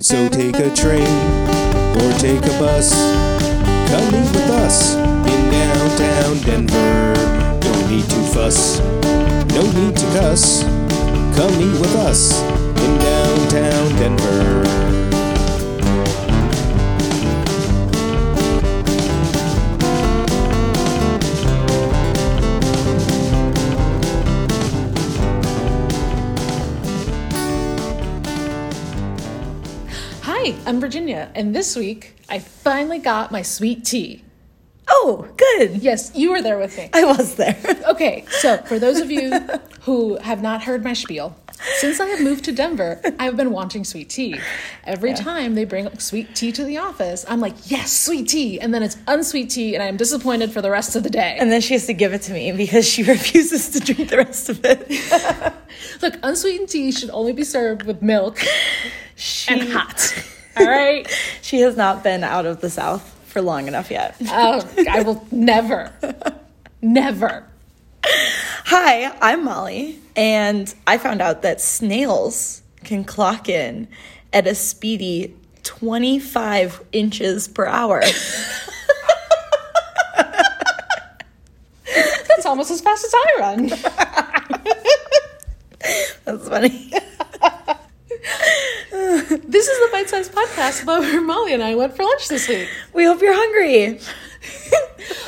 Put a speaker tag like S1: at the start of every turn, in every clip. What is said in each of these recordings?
S1: So take a train or take a bus. Come meet with us in downtown Denver. Don't need to fuss, no need to cuss. Come meet with us in downtown Denver.
S2: Hi, I'm Virginia, and this week I finally got my sweet tea.
S3: Oh, good.
S2: Yes, you were there with me.
S3: I was there.
S2: Okay, so for those of you who have not heard my spiel, since I have moved to Denver, I've been wanting sweet tea. Every time they bring sweet tea to the office, I'm like, yes, sweet tea. And then it's unsweet tea, and I'm disappointed for the rest of the day.
S3: And then she has to give it to me because she refuses to drink the rest of it.
S2: Look, unsweetened tea should only be served with milk
S3: She,
S2: and hot. All right?
S3: She has not been out of the South for long enough yet.
S2: Oh, I will never, never.
S3: Hi, I'm Molly, and I found out that snails can clock in at a speedy 25 inches per hour.
S2: That's almost as fast as I run.
S3: That's funny.
S2: This is the Bite Size Podcast about where Molly and I went for lunch this week.
S3: We hope you're hungry.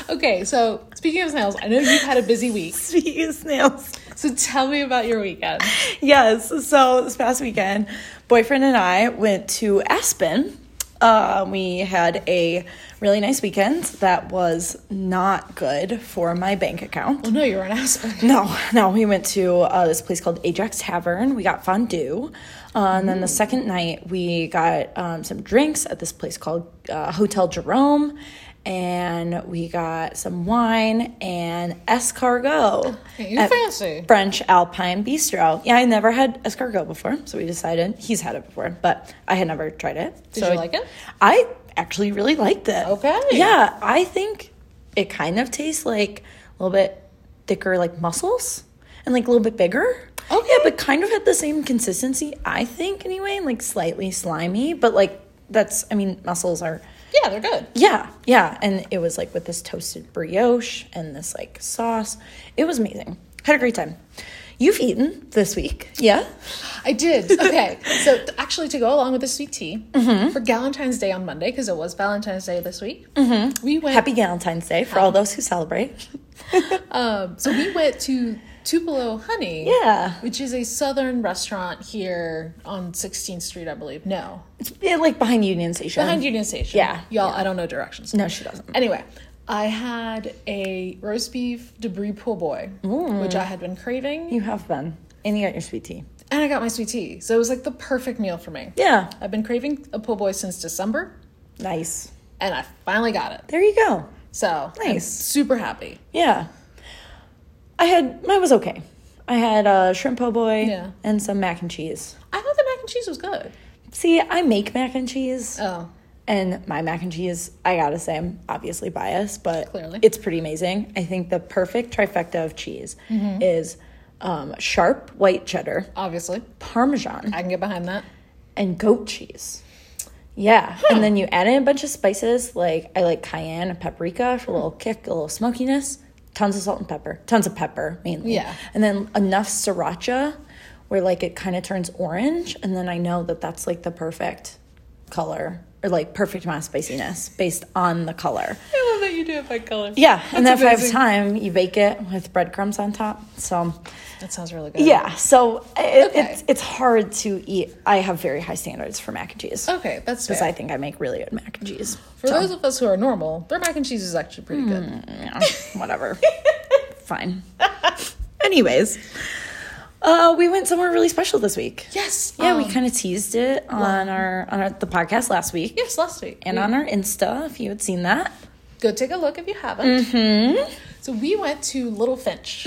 S2: Okay, so speaking of snails, I know you've had a busy week.
S3: Speaking of snails.
S2: So tell me about your weekend.
S3: yes. So this past weekend, boyfriend and I went to Aspen. Uh, we had a really nice weekend that was not good for my bank account.
S2: Well, Oh, no, you were an Aspen.
S3: No, no, we went to uh, this place called Ajax Tavern. We got fondue. Uh, and then
S2: Mm.
S3: the second night, we got um, some drinks at this place called uh, Hotel Jerome. And we got some wine and escargot.
S2: You're
S3: at
S2: fancy.
S3: French Alpine Bistro. Yeah, I never had escargot before, so we decided he's had it before, but I had never tried it.
S2: Did
S3: so
S2: you like it?
S3: I actually really liked it.
S2: Okay.
S3: Yeah, I think it kind of tastes like a little bit thicker, like mussels, and like a little bit bigger.
S2: Okay.
S3: Yeah, but kind of had the same consistency, I think, anyway, and like slightly slimy, but like that's, I mean, mussels are.
S2: Yeah, they're good.
S3: Yeah, yeah. And it was like with this toasted brioche and this like sauce. It was amazing. Had a great time. You've eaten this week. Yeah.
S2: I did. Okay. So th- actually, to go along with the sweet tea
S3: Mm-hmm.
S2: for Valentine's Day on Monday, because it was Valentine's Day this week, we went.
S3: Mm-hmm. Happy Valentine's Day for all those who celebrate.
S2: Um, so we went to Tupelo Honey.
S3: Yeah.
S2: Which is a southern restaurant here on 16th Street, I believe. No,
S3: It's yeah, like behind Union Station.
S2: behind Union Station.
S3: Um, Yeah.
S2: Y'all, I don't know directions.
S3: No, she doesn't.
S2: Anyway, I had a roast beef debris po' boy, which I had been craving,
S3: You have been. And you got your sweet tea.
S2: and I got my sweet tea. So it was like the perfect meal for me.
S3: Yeah.
S2: I've been craving a po' boy since December,
S3: Nice.
S2: and I finally got it.
S3: There you go.
S2: So I'm
S3: Nice.
S2: super happy.
S3: Yeah. I had mine was okay. I had uh, shrimp po' boy
S2: Yeah.
S3: and some mac and cheese.
S2: I thought the mac and cheese was good.
S3: See, I make mac and cheese.
S2: Oh,
S3: And my mac and cheese, I gotta say, I'm obviously biased, but
S2: Clearly.
S3: it's pretty amazing. I think the perfect trifecta of cheese is um, sharp white cheddar,
S2: obviously,
S3: parmesan,
S2: I can get behind that.
S3: and goat cheese. Yeah, and then you add in a bunch of spices like I like cayenne and paprika for a little kick, a little smokiness. Tons of salt and pepper, tons of pepper mainly.
S2: Yeah.
S3: and then enough sriracha where like it kind of turns orange, and then I know that that's like the perfect color or like perfect amount of spiciness based on the color.
S2: I love that you do it by color.
S3: Yeah, and then
S2: That's
S3: if I have
S2: amazing.
S3: time, you bake it with breadcrumbs on top. So
S2: That sounds really good.
S3: yeah, so it,
S2: Okay.
S3: it's it's hard to eat. I have very high standards for mac and cheese
S2: Okay, that's
S3: because
S2: fair.
S3: I think I make really good mac and cheese.
S2: For those of us who are normal, their mac and cheese is actually pretty good.
S3: Yeah, whatever. Fine. Anyways, uh, we went somewhere really special this week.
S2: Yes.
S3: Yeah, Oh. we
S2: um,
S3: kind of teased it on our on our, the podcast last week
S2: Yes, last week.
S3: and on our Insta if you had seen that.
S2: Go take a look if you haven't.
S3: Mm-hmm.
S2: So we went to Little Finch,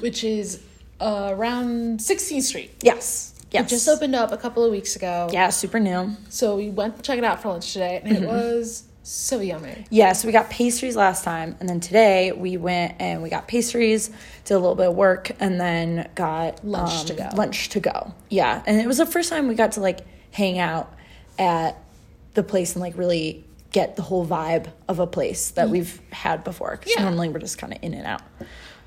S2: which is uh, around 16th Street.
S3: Yes. Yes.
S2: It just opened up a couple of weeks ago.
S3: yeah, Mm-hmm. super new.
S2: So we went to check it out for lunch today, and it was so yummy.
S3: Yeah, so we got pastries last time, and then today we went and we got pastries, did a little bit of work, and then got um,
S2: Lunch to go.
S3: Lunch to go. Yeah, and it was the first time we got to like hang out at the place and like really get the whole vibe of a place that we've had before. Because
S2: Mm. Yeah.
S3: normally we're just kind of in and out.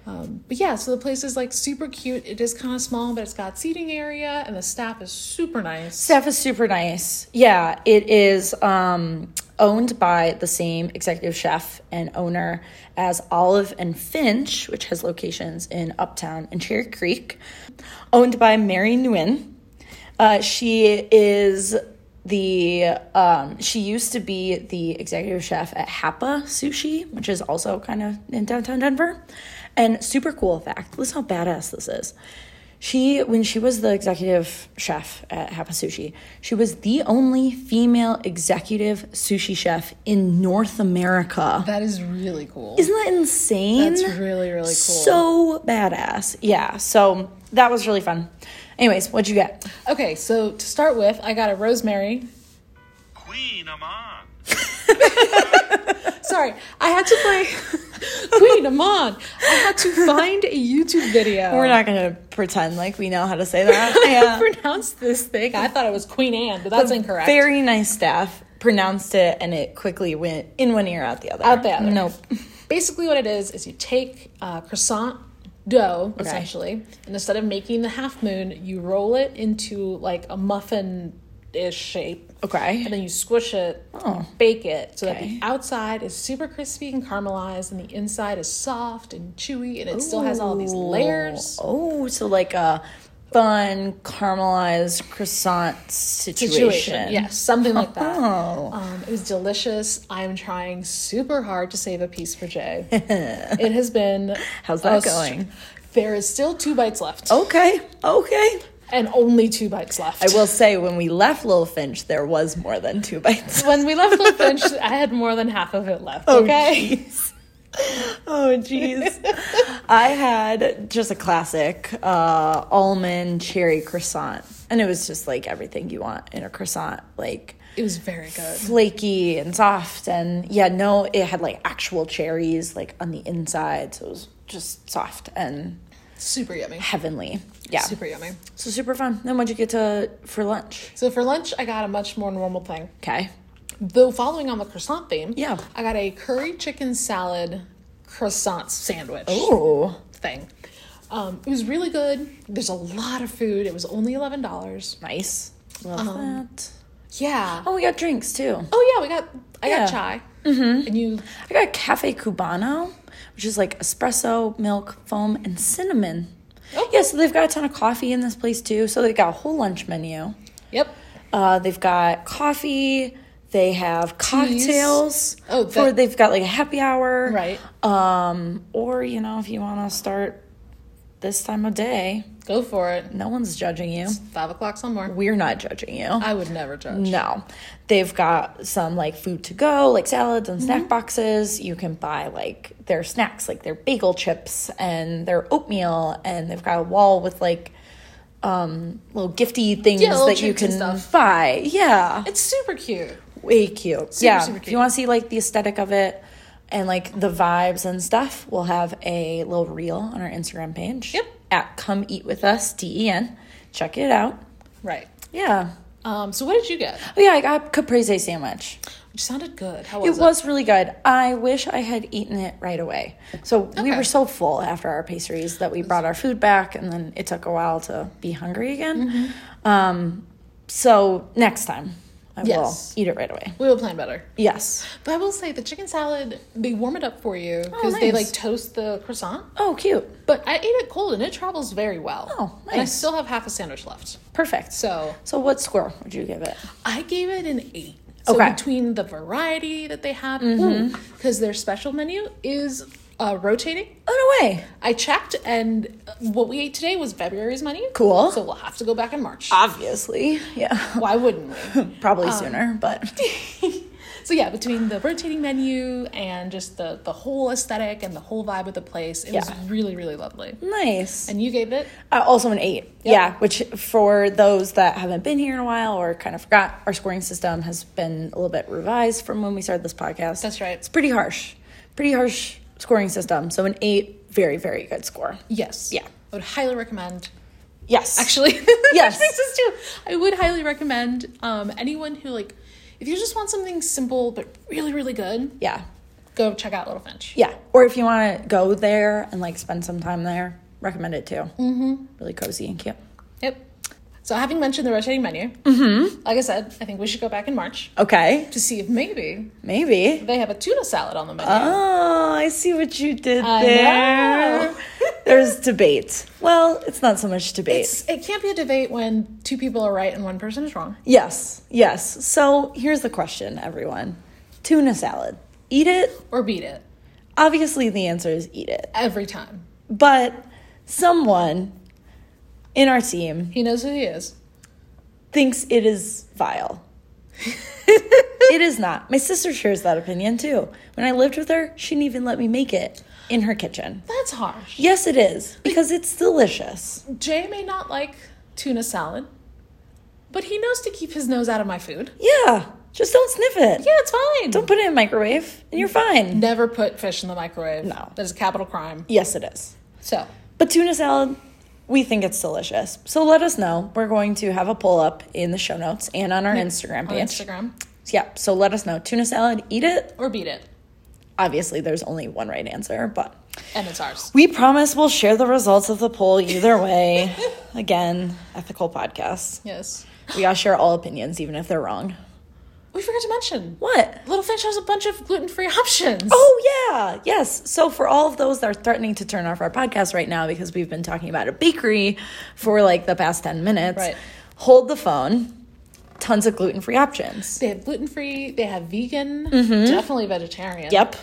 S2: But yeah, so the place is like super cute. It is kind of small, but it's got seating area, and the staff is super nice.
S3: Staff is super nice. Yeah, it is um, owned by the same executive chef and owner as Olive and Finch, which has locations in Uptown and Cherry Creek. Owned by Mary Nguyen. Uh, she is the um, she used to be the executive chef at Hapa Sushi, which is also kind of in downtown Denver. And super cool fact, listen how badass this is. She, when she was the executive chef at Hapa Sushi, she was the only female executive sushi chef in North America.
S2: That is really cool.
S3: Isn't that insane?
S2: That's really, really cool.
S3: So badass. Yeah. So that was really fun. Anyways, what'd you get?
S2: Okay, so to start with, I got a rosemary.
S4: Queen Amon.
S2: Sorry, I had to play Queen Amon. I had to find a YouTube video.
S3: We're not gonna pretend like we know how to say that. Yeah.
S2: pronounce this thing. I thought it was Queen Anne, but that's incorrect.
S3: Very nice staff pronounced it, and it quickly went in one ear out the other.
S2: Out the other.
S3: Nope.
S2: Basically, what it is is you take uh, croissant dough
S3: Okay.
S2: essentially, and instead of making the half moon, you roll it into like a muffin ish shape.
S3: Okay.
S2: And then you squish it,
S3: Oh.
S2: bake it, so
S3: Okay.
S2: that the outside is super crispy and caramelized, and the inside is soft and chewy, and it still has all these layers.
S3: Oh, so like a fun caramelized croissant situation.
S2: Yes, something like that.
S3: Oh.
S2: Um, it was delicious. I'm trying super hard to save a piece for Jay. it has been.
S3: How's that
S2: a str-
S3: going?
S2: There is still two bites left,
S3: Okay. Okay.
S2: and only two bites left.
S3: I will say, when we left Little Finch, there was more than two bites.
S2: When we left the bench, I had more than half of it left. Okay.
S3: Oh, jeez. Oh jeez. I had just a classic uh, almond cherry croissant, and it was just like everything you want in a croissant, like
S2: It was very good.
S3: flaky and soft, and yeah, no, it had like actual cherries like on the inside, so it was just soft and
S2: Super yummy.
S3: heavenly. Yeah,
S2: Super yummy.
S3: so super fun. Then what'd you get to for lunch?
S2: So for lunch, I got a much more normal thing.
S3: Okay.
S2: Though following on the croissant theme,
S3: Yeah.
S2: I got a curry chicken salad croissant sandwich.
S3: Oh. Ooh.
S2: thing. Um, it was really good. There's a lot of food. It was only eleven dollars.
S3: Nice.
S2: Um,
S3: Love that.
S2: Yeah.
S3: Oh, we got drinks too.
S2: Oh yeah, we got I
S3: Yeah.
S2: got chai. Mm-hmm. And you
S3: I got Cafe Cubano, which is like espresso, milk, foam, and cinnamon.
S2: Oh.
S3: Yeah, so they've got a ton of coffee in this place too. So they've got a whole lunch menu.
S2: Yep.
S3: Uh, they've got coffee. They have cocktails.
S2: Oh,
S3: for
S2: that-
S3: they've got like a happy hour,
S2: Right.
S3: Um, or you know, if you want to start this time of day,
S2: Go for it.
S3: no one's judging you.
S2: Five o'clock somewhere.
S3: We're not judging you.
S2: I would never judge.
S3: No. They've got some like food to go, like salads and
S2: Mm-hmm.
S3: snack boxes. You can buy like their snacks, like their bagel chips and their oatmeal. And they've got a wall with like um, little gifty things
S2: little
S3: that you
S2: treats and
S3: can
S2: stuff.
S3: buy. Yeah.
S2: It's super cute.
S3: Way cute. yeah.
S2: super
S3: If you
S2: cute.
S3: want to see like the aesthetic of it and like the vibes and stuff, we'll have a little reel on our Instagram page.
S2: Yep.
S3: At Come Eat With Us, D E N. Check it out.
S2: Right.
S3: Yeah.
S2: Um, so what did you get?
S3: Oh, yeah, I got a caprese sandwich.
S2: Which sounded good. How
S3: It
S2: was it?
S3: was really good. I wish I had eaten it right away. So we
S2: Okay.
S3: were so full after our pastries that we brought our food back, and then it took a while to be hungry again. Um, so next time, I
S2: Yes.
S3: will eat it right away.
S2: We will plan better.
S3: Yes.
S2: But I will say the chicken salad, they warm it up for you
S3: Oh,
S2: because they
S3: nice.
S2: like toast the croissant.
S3: Oh, cute.
S2: But I ate it cold and it travels very well.
S3: Oh,
S2: And I
S3: nice.
S2: still have half a sandwich left.
S3: Perfect. So,
S2: So
S3: what score would you give it?
S2: I gave it an eight. So
S3: Okay. Mm-hmm.
S2: between the variety that they have, because their special menu is uh, rotating.
S3: Oh no way!
S2: I checked, and uh, what we ate today was February's menu.
S3: Cool.
S2: So we'll have to go back in March.
S3: Obviously, yeah.
S2: Why wouldn't we?
S3: Probably sooner, but
S2: so yeah, between the rotating menu and just the the whole aesthetic and the whole vibe of the place, it
S3: Yeah.
S2: was really really lovely.
S3: nice.
S2: And you gave it
S3: Uh, also an eight. Yeah, which for those that haven't been here in a while or kind of forgot, our scoring system has been a little bit revised from when we started this podcast.
S2: That's right.
S3: It's pretty harsh, pretty harsh scoring system. So an eight, very, very good score.
S2: yes.
S3: Yeah.
S2: I would highly recommend.
S3: Yes.
S2: actually.
S3: Yes.
S2: Which brings us to- I would highly recommend um, anyone who like if you just want something simple but really really good,
S3: Yeah.
S2: go check out Little Finch.
S3: Yeah. Or if you want to go there and like spend some time there, recommend it too. Mm-hmm. Really cozy and cute.
S2: Yep. So having mentioned the rotating menu, like I said, I think we should go back in March
S3: Okay.
S2: to see if maybe
S3: Maybe.
S2: they have a tuna salad on the menu.
S3: Oh, I see what you did
S2: I
S3: there.
S2: know.
S3: There's debate. Well, it's not so much debate.
S2: It's- it can't be a debate when two people are right and one person is wrong.
S3: yes. Yes. So here's the question, everyone tuna salad. Eat it.
S2: Or beat it.
S3: Obviously, the answer is eat it.
S2: Every time.
S3: But someone in our team
S2: He knows who he is.
S3: thinks it is vile. it is not. My sister shares that opinion too. When I lived with her, she didn't even let me make it in her kitchen.
S2: That's harsh.
S3: Yes, it is, because it's delicious.
S2: Jay may not like tuna salad, but he knows to keep his nose out of my food.
S3: Yeah, just don't sniff it.
S2: Yeah, it's fine.
S3: Don't put it in the microwave, and you're fine.
S2: Never put fish in the microwave.
S3: No.
S2: That is a capital crime.
S3: Yes, it is.
S2: So,
S3: But tuna salad, we think it's delicious. So let us know. We're going to have a pull up in the show notes and on our Instagram
S2: on
S3: page.
S2: Instagram.
S3: Yeah, so let us know. Tuna salad, eat it.
S2: Or beat it.
S3: Obviously, there's only one right answer, but
S2: And it's ours.
S3: We promise we'll share the results of the poll either way. Again, ethical podcast.
S2: Yes.
S3: We all share all opinions, even if they're wrong.
S2: We forgot to mention.
S3: What?
S2: Little Finch has a bunch of gluten free options.
S3: Oh, yeah. Yes. So, for all of those that are threatening to turn off our podcast right now because we've been talking about a bakery for like the past 10 minutes,
S2: Right.
S3: hold the phone. Tons of gluten free options.
S2: They have gluten free, they have vegan, definitely vegetarian.
S3: Mm-hmm. Yep.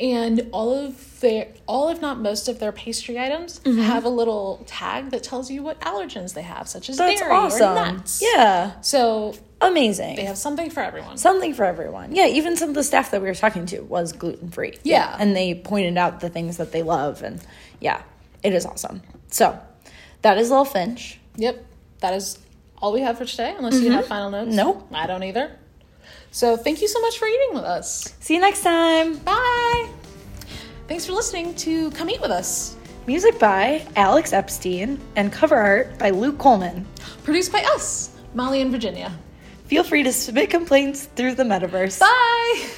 S2: And all of their, all if not most of their pastry items
S3: Mm-hmm.
S2: have a little tag that tells you what allergens they have, such as
S3: That's
S2: dairy
S3: awesome.
S2: or nuts.
S3: Yeah.
S2: So
S3: Amazing.
S2: they have something for everyone.
S3: something for everyone. Yeah, even some of the staff that we were talking to was gluten free.
S2: Yeah.
S3: And they pointed out the things that they love. And yeah, it is awesome. So that is Lil Finch.
S2: Yep. That is all we have for today, unless you have final notes.
S3: Nope.
S2: I don't either. So thank you so much for eating with us.
S3: See you next time.
S2: Bye. Thanks for listening to Come Eat With Us.
S3: Music by Alex Epstein and cover art by Luke Coleman.
S2: Produced by us, Molly and Virginia.
S3: Feel free to submit complaints through the metaverse.
S2: Bye.